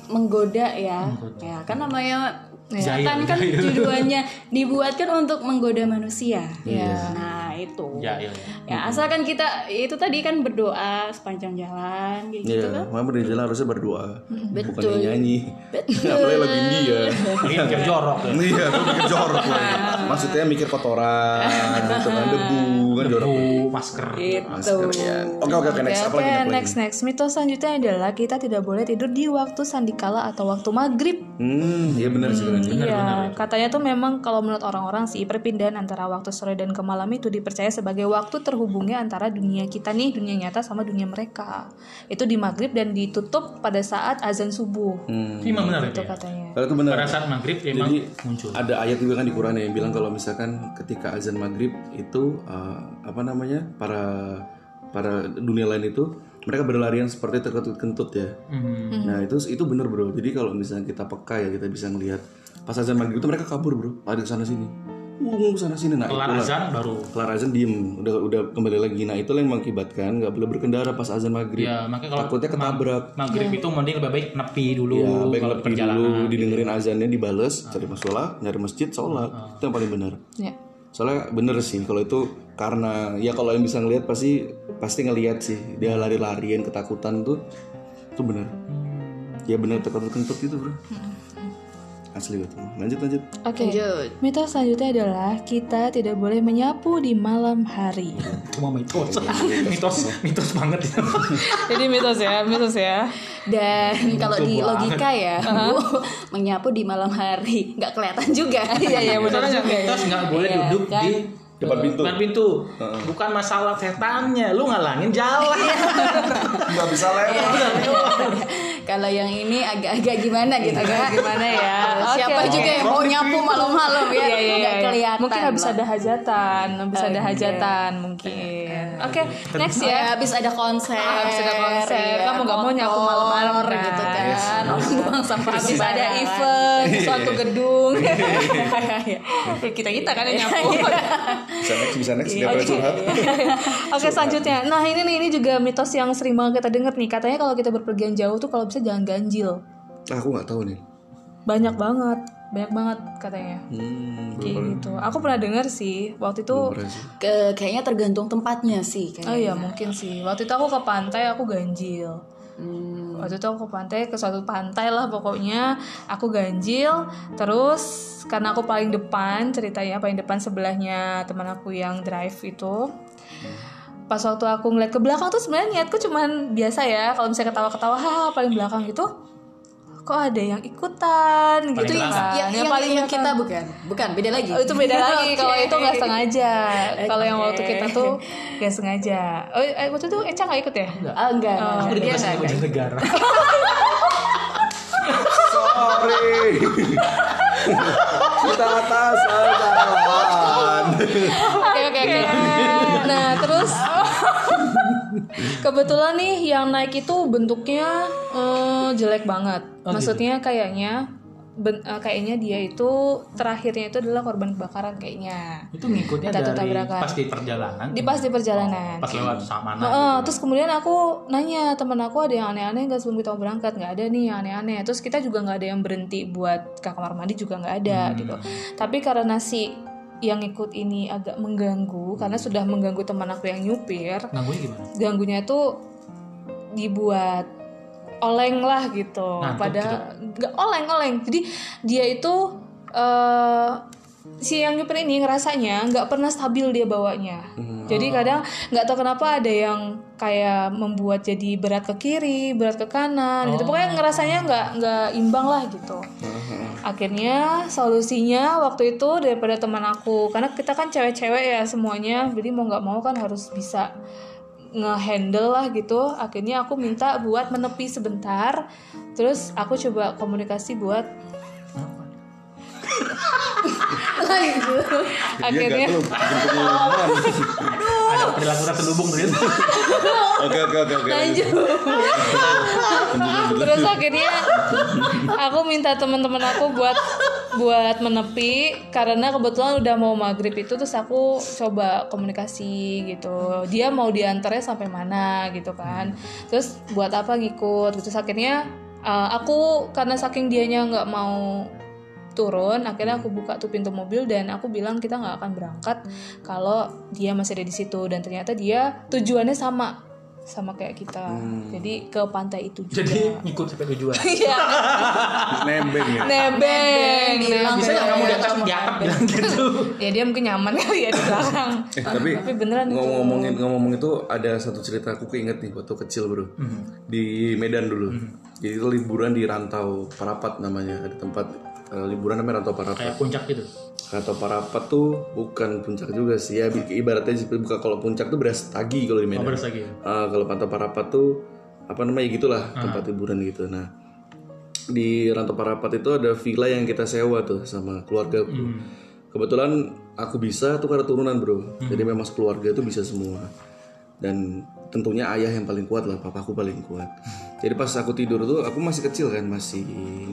menggoda ya. Ya, kan namanya
Jahil,
kan kan tujuannya dibuatkan untuk menggoda manusia. Nah, itu.
Iya. ya, ya, ya.
Ya, asalkan kita itu tadi kan berdoa sepanjang jalan kayak gitu
Iya,
kan.
makanya dari jalan harusnya berdoa, bukan
Betul.
nyanyi. Apalagi lagu India.
Mungkin biar jorok ya.
Iya, aku mikir jorok lagi. Maksudnya mikir kotoran, gitu kan debu, kan jorok.
Bu, masker
Iya.
iya.
Gitu.
Ya. Oke oke oke next apa
Oke,
lagi? apa lagi?
next next mitos selanjutnya adalah kita tidak boleh tidur di waktu sandikala atau waktu maghrib.
Hmm, iya benar sih benar.
iya, katanya tuh memang kalau menurut orang-orang sih perpindahan antara waktu sore dan ke malam itu dipercaya dipercaya sebagai waktu terhubungnya antara dunia kita nih, dunia nyata sama dunia mereka. Itu di maghrib dan ditutup pada saat azan subuh.
Hmm.
Imam benar itu
Itu
ya.
katanya.
Kalau itu benar.
Pada saat maghrib emang
Jadi,
muncul.
Ada ayat juga kan di Quran yang bilang kalau misalkan ketika azan maghrib itu eh, apa namanya para para dunia lain itu mereka berlarian seperti terkentut-kentut ya.
Hmm.
Nah itu itu bener bro. Jadi kalau misalnya kita peka ya kita bisa ngelihat pas azan maghrib itu mereka kabur bro, lari ke sana sini, uh sana sini. Nah
Kelar
itulah.
azan baru
Kelar azan diem, udah udah kembali lagi. Nah itulah yang mengakibatkan nggak boleh berkendara pas azan maghrib.
Ya, makanya kalau
Takutnya ketabrak.
maghrib
Iya.
itu mending lebih baik nepi dulu
Ya, baik
kalau gitu ya.
lebih
perjalanan.
dulu didengerin azannya dibales, cari musola, nyari masjid, sholat. Itu yang paling benar.
Ya.
Soalnya bener sih kalau itu karena ya kalau yang bisa ngelihat pasti pasti ngelihat sih dia lari-larian ketakutan tuh itu bener.
Hmm.
Ya bener takut kentut gitu bro. Asli gitu. Lanjut lanjut.
Oke. Mitos selanjutnya adalah kita tidak boleh menyapu di malam hari.
Cuma mitos.
Iya,
mitos mitos banget ya.
Jadi mitos ya, mitos ya.
Iya,
Dan kalau di logika ya, Bu, menyapu di malam hari nggak kelihatan juga. Iya iya
Soalnya mitos nggak boleh
Iya,
duduk
kan?
di
Depan
eh,
pintu.
Depan pintu. Bukan masalah setannya, lu ngalangin jalan.
Enggak bisa
Iya.
lewat.
Kalau yang ini agak-agak gimana gitu kan?
Gimana ya?
Siapa
Oke.
juga yang mau nyapu malam-malam ya?
Iya, iya,
Nggak
iya.
kelihatan. Oh, iya.
Mungkin habis
lah.
ada hajatan, habis ada hajatan
Iya.
mungkin. Oke,
Iya.
next
ya
ya.
habis ada konser
Habis ada konser,
iya,
kamu nggak mau nyapu
kotor
malam-malam kan?
gitu kan
Yes.
orang buang sampah
Habis ada
sembarangan.
event suatu gedung. kita kita kan yang nyapu.
Bisa next, bisa next. Dia
Iya.
pernah curhat.
Oke selanjutnya, nah ini nih ini juga mitos yang sering banget kita dengar nih katanya kalau kita berpergian jauh tuh kalau bisa jangan ganjil,
Ah, aku nggak tahu nih.
banyak banget, banyak banget katanya.
Hmm, belum pernah-
Kayak gitu. Aku pernah dengar sih waktu
Gitu.
itu.
pernah sih.
Ke- kayaknya tergantung tempatnya sih
Oh
kayaknya.
iya mungkin sih. Waktu itu aku ke pantai aku ganjil.
Hmm.
Waktu itu aku ke pantai ke suatu pantai lah pokoknya aku ganjil. Terus karena aku paling depan ceritanya paling depan sebelahnya teman aku yang drive itu. Pas waktu aku ngeliat ke belakang tuh sebenarnya niatku cuman biasa ya kalau misalnya ketawa-ketawa ha ha, paling belakang gitu kok ada yang ikutan gitu ya,
belakang.
yang, yang,
paling
yang kita bukan bukan beda lagi
Oh, itu beda lagi
Oke.
kalau itu nggak sengaja kalau yang waktu
Oke.
kita tuh nggak sengaja oh eh, waktu itu Eca nggak ikut ya
Ah, enggak, enggak,
Aku
enggak.
ditugasin ke baju negara.
Sorry. Kita atas kesalahan.
oke oke oke Iya. nah terus kebetulan nih yang naik itu bentuknya eh, jelek banget maksudnya kayaknya ben- eh, kayaknya dia itu terakhirnya itu adalah korban kebakaran kayaknya
Itu ngikutnya
Kita tuh
dari
tabrakan.
pas di perjalanan.
di pas di perjalanan
Pas lewat sama
Heeh, terus kemudian aku nanya teman aku ada yang aneh-aneh nggak sebelum kita mau berangkat nggak ada nih yang aneh-aneh terus kita juga nggak ada yang berhenti buat ke kamar mandi juga nggak ada gitu tapi karena si yang ikut ini agak mengganggu karena sudah mengganggu teman aku yang nyupir
Ganggunya gimana?
ganggunya tuh dibuat oleng lah gitu
Ngantuk
pada nggak oleng oleng jadi dia itu eh si yang nyupir ini ngerasanya nggak pernah stabil dia bawanya jadi kadang nggak tahu kenapa ada yang kayak membuat jadi berat ke kiri berat ke kanan gitu pokoknya ngerasanya nggak nggak imbang lah gitu akhirnya solusinya waktu itu daripada teman aku karena kita kan cewek-cewek ya semuanya jadi mau nggak mau kan harus bisa ngehandle lah gitu akhirnya aku minta buat menepi sebentar terus aku coba komunikasi buat
Dia
akhirnya
nggak tahu bentuk ngomongnya.
Ada perilaku terselubung gitu.
Oke oke oke oke.
lanjut terus akhirnya aku minta teman-teman aku buat buat menepi karena kebetulan udah mau maghrib itu terus aku coba komunikasi gitu dia mau diantarnya sampai mana gitu kan terus buat apa ngikut gitu Terus akhirnya eh, aku karena saking dianya nggak mau turun akhirnya aku buka tuh pintu mobil dan aku bilang kita nggak akan berangkat kalau dia masih ada di situ dan ternyata dia tujuannya sama sama kayak kita jadi ke pantai itu juga
Jadi ngikut sampai tujuan.
Iya,
Nembeng ya.
nebeng
Bilang,
Bisa nggak kamu di atas
nebeng.
di atap bilang gitu.
ya dia mungkin nyaman kali ya di belakang
Eh, tapi,
tapi beneran itu.
ngomongin ngomong itu ada satu cerita aku keinget nih waktu kecil bro di Medan dulu jadi itu liburan di Rantau Parapat namanya ada tempat eh, liburan namanya Rantau Parapat
Kayak puncak gitu.
kata para petu bukan puncak juga sih ya bi- ibaratnya seperti buka kalau puncak tuh beras tagi kalau di Medan.
beras tagi.
Eh, kalau Rantau Parapat tuh apa namanya ya gitulah tempat hiburan gitu. Nah di Rantau Parapat itu ada villa yang kita sewa tuh sama keluarga. bro. Kebetulan aku bisa tuh karena turunan bro. Jadi memang keluarga itu bisa semua. Dan tentunya ayah yang paling kuat lah, papaku paling kuat. Jadi pas aku tidur tuh aku masih kecil kan masih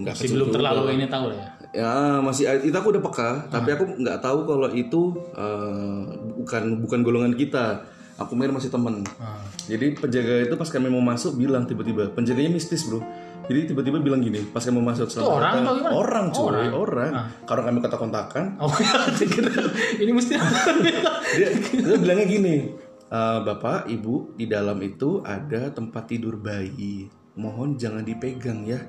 nggak
Masih
kecil
belum
juga.
terlalu ini tahu lah ya.
Ya masih itu aku udah peka, tapi aku nggak tahu kalau itu eh, bukan bukan golongan kita. Aku main masih temen.
Ah.
Jadi penjaga itu pas kami mau masuk bilang tiba-tiba penjaganya mistis bro. Jadi tiba-tiba bilang gini pas kami mau masuk selamat
orang
datang.
atau gimana? Ah.
orang cuy orang. Karena kami kata kontakan
Oh, ini mesti
dia, dia bilangnya gini "Eh, bapak ibu di dalam itu ada tempat tidur bayi mohon jangan dipegang ya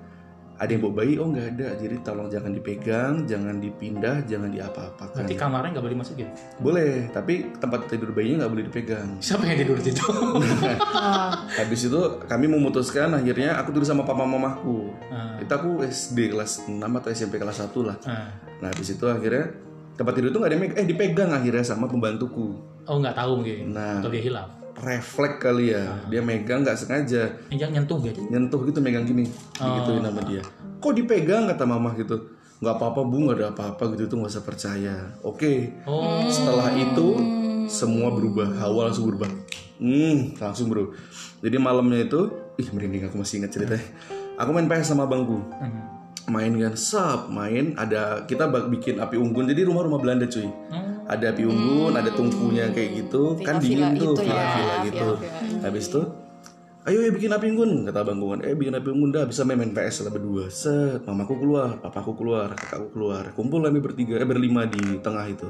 ada yang bawa bayi oh nggak ada jadi tolong jangan dipegang jangan dipindah jangan diapa-apakan
Berarti kamarnya nggak boleh gitu. masukin.
boleh tapi tempat tidur bayinya nggak boleh dipegang
Siapa yang tidur di situ?
habis itu kami memutuskan akhirnya aku tidur sama papa mamahku itu aku SD kelas 6 atau SMP kelas 1 lah
Ah.
nah habis itu akhirnya tempat tidur itu nggak ada yang meg- eh dipegang akhirnya sama pembantuku
Oh nggak tahu mungkin.
Nah.
Atau dia hilang.
refleks kali ya dia megang nggak sengaja
Eh, Jangan nyentuh gitu.
nyentuh gitu megang gini digituin sama dia kok dipegang kata mamah gitu nggak apa-apa bu nggak ada apa-apa gitu tuh nggak usah percaya oke
Oh.
setelah itu semua berubah hawa langsung berubah hmm langsung bro jadi malamnya itu ih merinding aku masih ingat ceritanya aku main PS sama abangku main kan sap main ada kita bak- bikin api unggun jadi rumah-rumah Belanda cuy ada api unggun ada tungkunya kayak gitu kan dingin tuh villa-villa gitu habis itu ayo ya bikin api unggun kata abang gue kan eh bikin api unggun dah bisa main, main PS lah berdua set mamaku keluar papaku keluar kakakku keluar kumpul kami bertiga eh berlima di tengah itu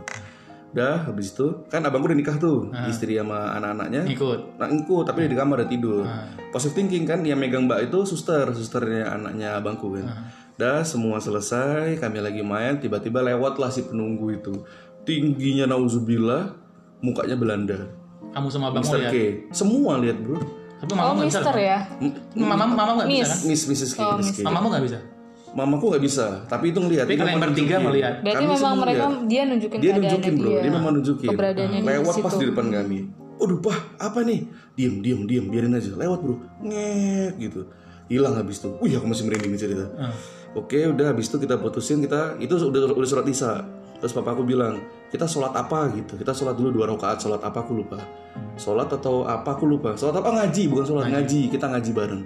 dah habis itu kan abangku udah nikah tuh istri sama anak-anaknya
Ikut.
Nah, engku tapi dia di kamar udah tidur. Positive thinking kan yang megang Mbak itu suster, susternya anaknya abangku kan. Dah semua selesai, kami lagi main, tiba-tiba lewatlah si penunggu itu. Tingginya nauzubillah, mukanya Belanda.
Kamu sama abang
Mister
lihat.
K. Semua lihat, Bro.
Tapi mama
Oh,
nggak bisa.
Mister ya.
Mama mama nggak bisa kan?
Miss Mrs. K, Mrs. K.
Mamamu nggak bisa.
Mamaku nggak bisa, tapi itu ngelihat.
Tapi
Itu
kalian
memang
bertiga
nunjukin.
melihat.
Berarti
Kami
memang
semua
mereka
lihat.
dia nunjukin
dia
keadaannya
nunjukin bro dia, memang nunjukin
Keberadaannya dia di
lewat pas di depan kami Aduh pah apa nih diem diem diem biarin aja lewat bro ngek gitu hilang habis itu wih aku masih merinding cerita oke udah habis itu kita putusin kita itu udah udah surat isa terus papa aku bilang kita sholat apa gitu kita sholat dulu dua rakaat sholat apa aku lupa sholat atau apa aku lupa sholat apa "Oh, ngaji bukan sholat ngaji kita ngaji bareng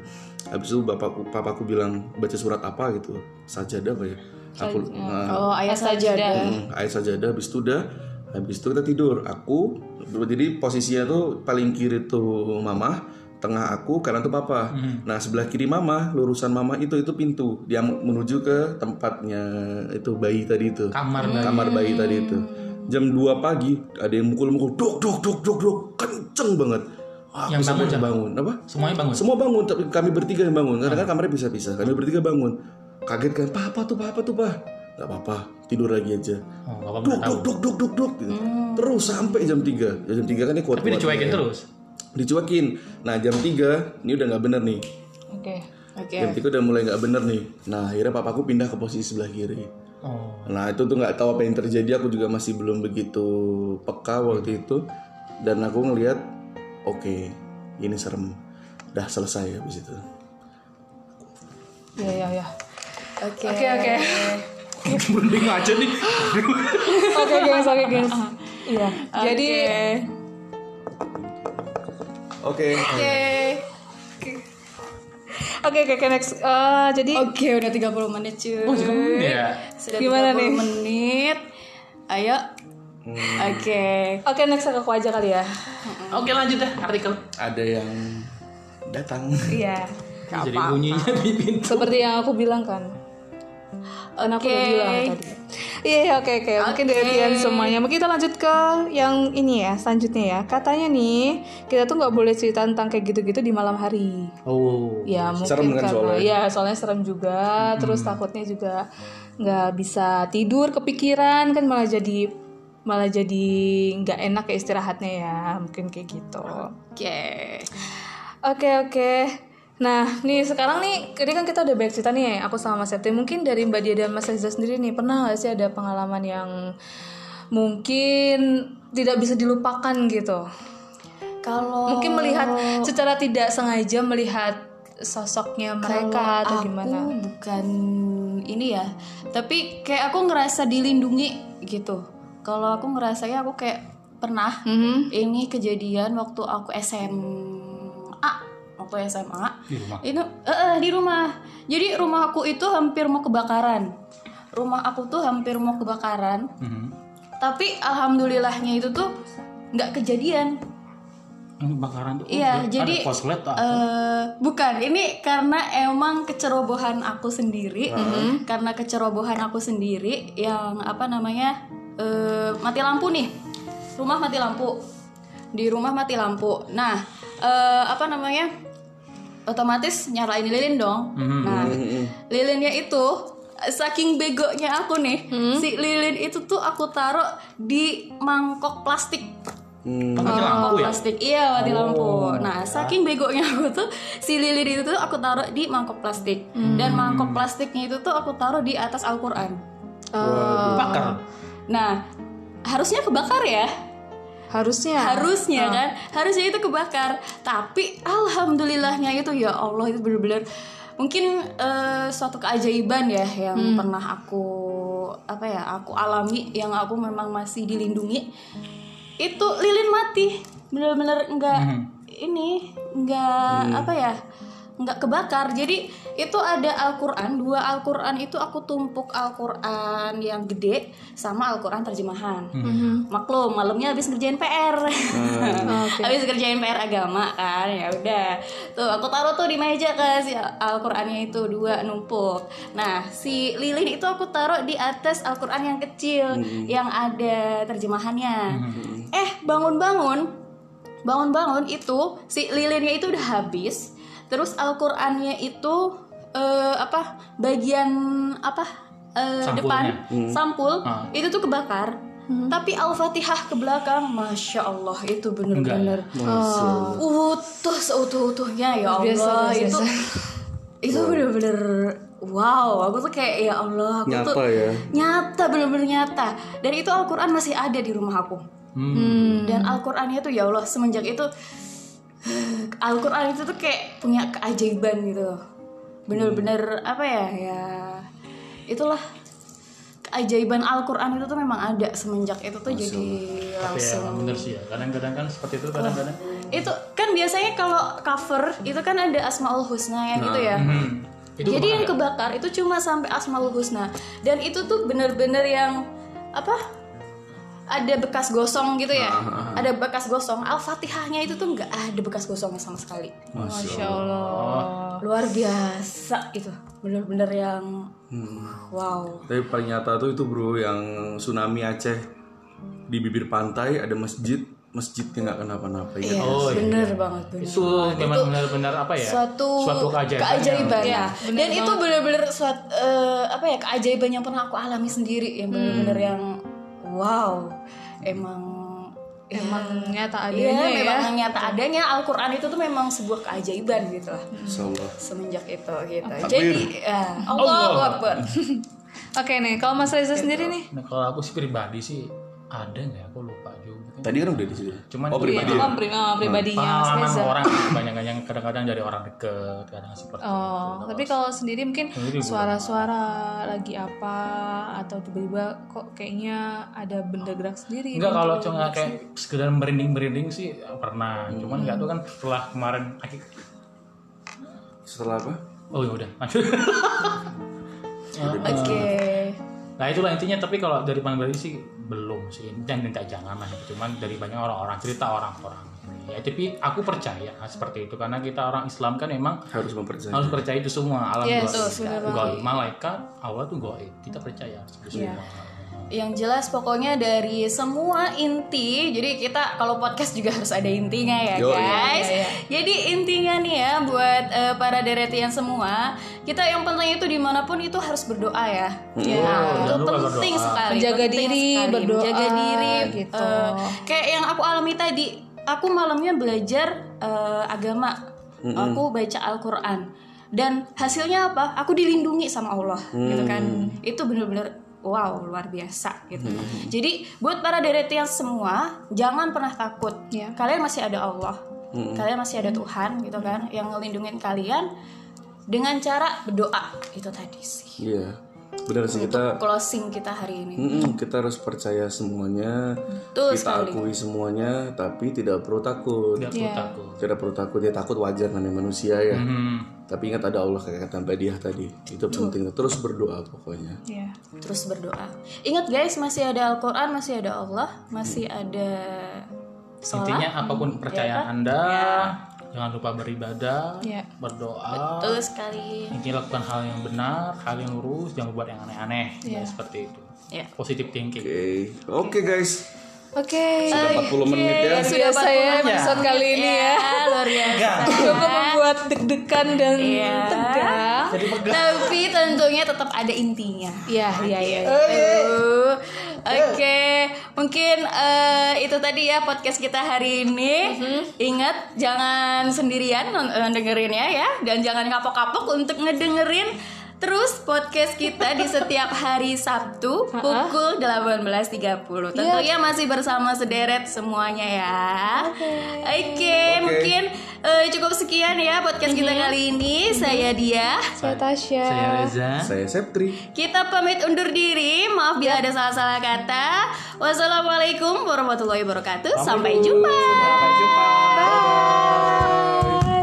habis itu bapakku papaku bilang baca surat apa gitu sajadah apa ya aku nah,
Oh ayah saja ada.
Hmm, air sajadah habis itu udah habis itu kita tidur aku jadi posisinya tuh paling kiri tuh mama tengah aku kanan tuh papa
Hmm.
nah sebelah kiri mama lurusan mama itu itu pintu dia menuju ke tempatnya itu bayi tadi itu
Kamar bayi.
kamar bayi tadi itu jam 2 pagi ada yang mukul-mukul dok dok dok dok dok kenceng banget Wah, aku
Yang
sampai
bangun siapa?
bangun apa
Semuanya bangun. Oh,
semua bangun, tapi kami bertiga yang bangun.
Hmm.
Karena kan kamarnya bisa-bisa. Kami bertiga bangun. Kaget kan, papa tuh, papa tuh, papa. Gak apa-apa, tidur lagi aja.
Oh, bapak
Duk,
nggak tahu. Hmm.
duk, duk, duk, duk, duk. gitu. Terus sampai jam 3. Ya, jam 3 kan ini kuat
Tapi dicuekin terus.
Dicuekin. Nah, jam 3, ini udah gak bener nih.
Oke.
Oke.
Jam 3 udah mulai gak bener nih. Nah, akhirnya papaku pindah ke posisi sebelah kiri.
Oh.
Nah itu tuh nggak tahu apa yang terjadi. Aku juga masih belum begitu peka
Hmm.
waktu itu. Dan aku ngelihat, oke, ini serem. Dah selesai habis itu.
Ya ya ya.
Oke.
Oke iya. oke.
Merinding aja nih.
Oke guys, oke guys. Iya. Jadi
Oke.
oke oke oke, next. Eh, jadi
Oke udah 30 menit cuy.
Oh, cuman ya.
Sudah
Gimana
30
nih?
menit. Ayo. Hmm. Oke.
oke next aku aja kali ya.
Oke lanjut dah artikel.
Ada yang datang.
Iya.
Jadi bunyinya di pintu.
Seperti yang aku bilang kan. Eh, Nah, aku udah bilang tadi. Iya, iya, oke, oke. Mungkin dari kalian semuanya. Mungkin kita lanjut ke yang ini ya, selanjutnya ya. Katanya nih, kita tuh nggak boleh cerita tentang kayak gitu-gitu di malam hari.
Oh.
Ya, mungkin
Serem kan
karena
soalnya? Hmm.
ya soalnya serem juga, terus takutnya juga nggak bisa tidur, kepikiran kan malah jadi malah jadi nggak enak ya istirahatnya ya, mungkin kayak gitu. Oke. Oke, oke. Nah, nih sekarang nih, ini kan kita udah banyak cerita nih, aku sama Mas Septi. Mungkin dari Mbak Dia dan Mas Reza sendiri nih, pernah gak sih ada pengalaman yang mungkin tidak bisa dilupakan gitu?
Kalau
Mungkin melihat secara tidak sengaja melihat sosoknya mereka atau
aku
gimana?
bukan ini ya tapi kayak aku ngerasa dilindungi gitu kalau aku ngerasanya aku kayak pernah
Mhm.
ini kejadian waktu aku SMA waktu SMA
Di rumah.
itu eh, eh, di rumah jadi rumah aku itu hampir mau kebakaran rumah aku tuh hampir mau kebakaran
Mhm.
tapi alhamdulillahnya itu tuh nggak kejadian
Ini Anu, bakaran tuh.
Iya,
Oh, ada ah.
jadi
koslet tuh.
eh, bukan ini karena emang kecerobohan aku sendiri, Mhm. karena kecerobohan aku sendiri yang apa namanya eh, mati lampu nih, rumah mati lampu, di rumah mati lampu. Nah, eh, apa namanya otomatis nyalain lilin dong. Nah, lilinnya itu saking begonya aku nih, si lilin itu tuh aku taruh di mangkok plastik.
Hmm.
Kan mati
Oh,
lampu ya.
plastik iya mati lampu nah saking begonya aku tuh si lilin itu tuh aku taruh di mangkok plastik
Hmm.
dan mangkok plastiknya itu tuh aku taruh di atas Al-Qur'an
Bakar.
nah harusnya kebakar ya
Ya,
Harusnya.
harusnya kan harusnya itu kebakar tapi alhamdulillahnya itu ya Allah itu bener-bener mungkin eh, suatu keajaiban ya yang
Hmm.
pernah aku apa ya aku alami yang aku memang masih dilindungi itu lilin mati bener-bener enggak ini enggak apa ya enggak kebakar jadi itu ada Al-Quran dua Al-Quran itu aku tumpuk Al-Quran yang gede sama Al-Quran terjemahan maklum malamnya habis ngerjain PR habis ngerjain PR agama kan ya udah tuh aku taruh tuh di meja kan si Al-Qur'annya itu dua numpuk nah si lilin itu aku taruh di atas Al-Qur'an yang kecil
Mm-hmm.
yang ada terjemahannya eh bangun-bangun bangun-bangun itu si lilinnya itu udah habis terus Al-Qur'annya itu eh, apa bagian apa eh,
Sampulnya.
depan sampul
Ah.
itu tuh kebakar tapi Al-Fatihah ke belakang masya Allah itu bener-bener
ya?
eh, utuh seutuh-utuhnya
Mm-hmm.
ya Allah
Biasa, biasa,
itu itu bener-bener wow aku tuh kayak ya Allah aku
Nyata
tuh
ya.
nyata bener-bener nyata dan itu Al-Quran masih ada di rumah aku
Hmm.
dan Al-Qur'annya tuh ya Allah semenjak itu Al-Qur'an itu tuh kayak punya keajaiban gitu bener-bener apa ya ya itulah keajaiban Al-Qur'an itu tuh memang ada semenjak itu tuh jadi
Tapi ya,
langsung
emang bener sih ya. Kadang-kadang kan seperti itu kadang-kadang.
itu kan biasanya kalau cover itu kan ada Asmaul Husna yang itu ya
Mhm. Itu
jadi yang
kebakaran.
kebakar itu cuma sampai Asmaul Husna dan itu tuh bener-bener yang apa ada bekas gosong gitu
Ah,
ya ada bekas gosong Al-Fatihahnya itu tuh nggak ada bekas gosongnya sama sekali
Masya Allah.
luar biasa itu bener-bener yang
Hmm.
wow
Tapi paling nyata tuh itu bro yang tsunami Aceh di bibir pantai ada masjid masjidnya nggak kenapa-napa ya.
Iya,
Oh, iya.
bener banget bener
Itu
banget.
memang benar-benar apa ya?
suatu,
suatu
ya.
keajaiban.
Iya,
dan itu benar-benar suatu eh, apa ya keajaiban yang pernah aku alami sendiri yang benar-benar
Hmm.
yang wow emang
Emang nyata
Iya,
adanya ya.
memang nyata adanya Al-Quran itu tuh memang sebuah keajaiban gitu lah
Hmm.
Insya Allah.
semenjak itu gitu. Jadi ya,
Allah.
Allah Akbar.
Oke nih, kalau Mas Reza sendiri nih,
Nah, kalau aku sih pribadi sih ada nggak? ya? Aku lupa juga.
Tadi kan udah di situ.
Cuman
oh pribadi.
itu kan pri- eh, pribadinya Mas
pengalaman
Reza.
orang banyak yang kadang-kadang dari orang deket kadang seperti
Gitu,
Oh, tapi kalau sendiri mungkin
Sendiri gua.
suara-suara lagi apa atau tiba-tiba kok kayaknya ada benda gerak sendiri.
Enggak kalau
iya,
cuma kayak sekedar merinding-merinding sih pernah.
Hmm.
Cuman enggak tuh kan setelah kemarin akhir-
Setelah apa?
Oh ya udah, lanjut.
Oke.
nah itulah intinya tapi kalau dari pribadi sih belum sih dan minta jangan lah cuman dari banyak orang-orang cerita orang-orang ya tapi aku percaya seperti itu karena kita orang Islam kan memang
Harus mempercaya.
harus percaya itu semua alam
Yes, benar
gaib gaib malaikat Allah tuh gaib kita percaya itu semua
Yang jelas pokoknya dari semua inti. Jadi kita kalau podcast juga harus ada intinya ya
Yo,
Iya,
guys. Jadi intinya nih ya buat eh, para deretian semua, kita yang penting itu dimanapun itu harus berdoa ya.
Mm-hmm.
Iya,
Ya, itu
jangan lupa
penting
berdoa.
sekali.
Menjaga
penting
diri,
sekali.
berdoa,
menjaga diri
gitu.
eh, kayak yang aku alami tadi, aku malamnya belajar eh, agama. aku baca Al-Qur'an dan hasilnya apa aku dilindungi sama Allah gitu kan itu bener-bener wow luar biasa gitu jadi buat para dereti yang semua jangan pernah takut
Iya.
kalian masih ada Allah kalian masih ada Tuhan gitu kan yang ngelindungin kalian dengan cara berdoa itu tadi sih
Iya. Benar sih kita
closing kita hari ini
Mm-mm, kita harus percaya semuanya,
Betul
kita
sekali.
akui semuanya, tapi tidak perlu takut.
Gak perlu takut.
Tidak perlu takut, ya takut wajar namanya manusia ya.
Hmm.
Tapi ingat ada Allah kayak kata Mbak Diah tadi, itu penting. Terus berdoa pokoknya.
Iya.
terus berdoa. Ingat guys, masih ada Al-Qur'an, masih ada Allah, masih ada
Intinya
sholat.
apapun kepercayaan Anda, jangan lupa beribadah,
Iya.
berdoa,
Betul sekali.
intinya lakukan hal yang benar, hal yang lurus, jangan buat yang aneh-aneh. Ya, Seperti itu.
Ya.
Positive thinking.
Oke, oke guys,
Oke.
Iya.
sudah 40 menit ya.
Sudah saya episode kali ini ya.
luar biasa.
Cukup membuat deg-degan dan
Iya.
tegang.
Tapi tentunya tetap ada intinya.
Iya, iya, iya.
Aduh.
Eh.
Oke, mungkin eh, itu tadi ya podcast kita hari ini.
Mm-hmm.
Ingat jangan sendirian non- eh, dengerinnya ya dan jangan kapok-kapok untuk ngedengerin terus podcast kita di setiap hari Sabtu pukul 18.30. Tentunya masih bersama sederet semuanya ya. Oke, mungkin eh, cukup sekian ya podcast kita kali ini. Saya dia
Saya Tasya.
Saya Reza.
Saya Septri.
kita pamit undur diri. Maaf bila ada salah-salah kata. Wassalamualaikum warahmatullahi wabarakatuh. Sampai jumpa.
Sampai jumpa.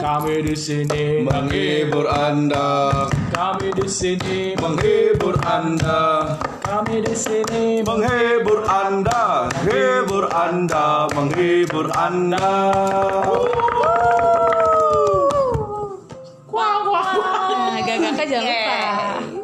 Kami di sini
Menghibur Anda,
Kami di sini.
menghibur Anda,
Kami di sini.
menghibur Anda, menghibur Anda, menghibur Anda.
Iya.
Nah, gagaknya jangan lupa.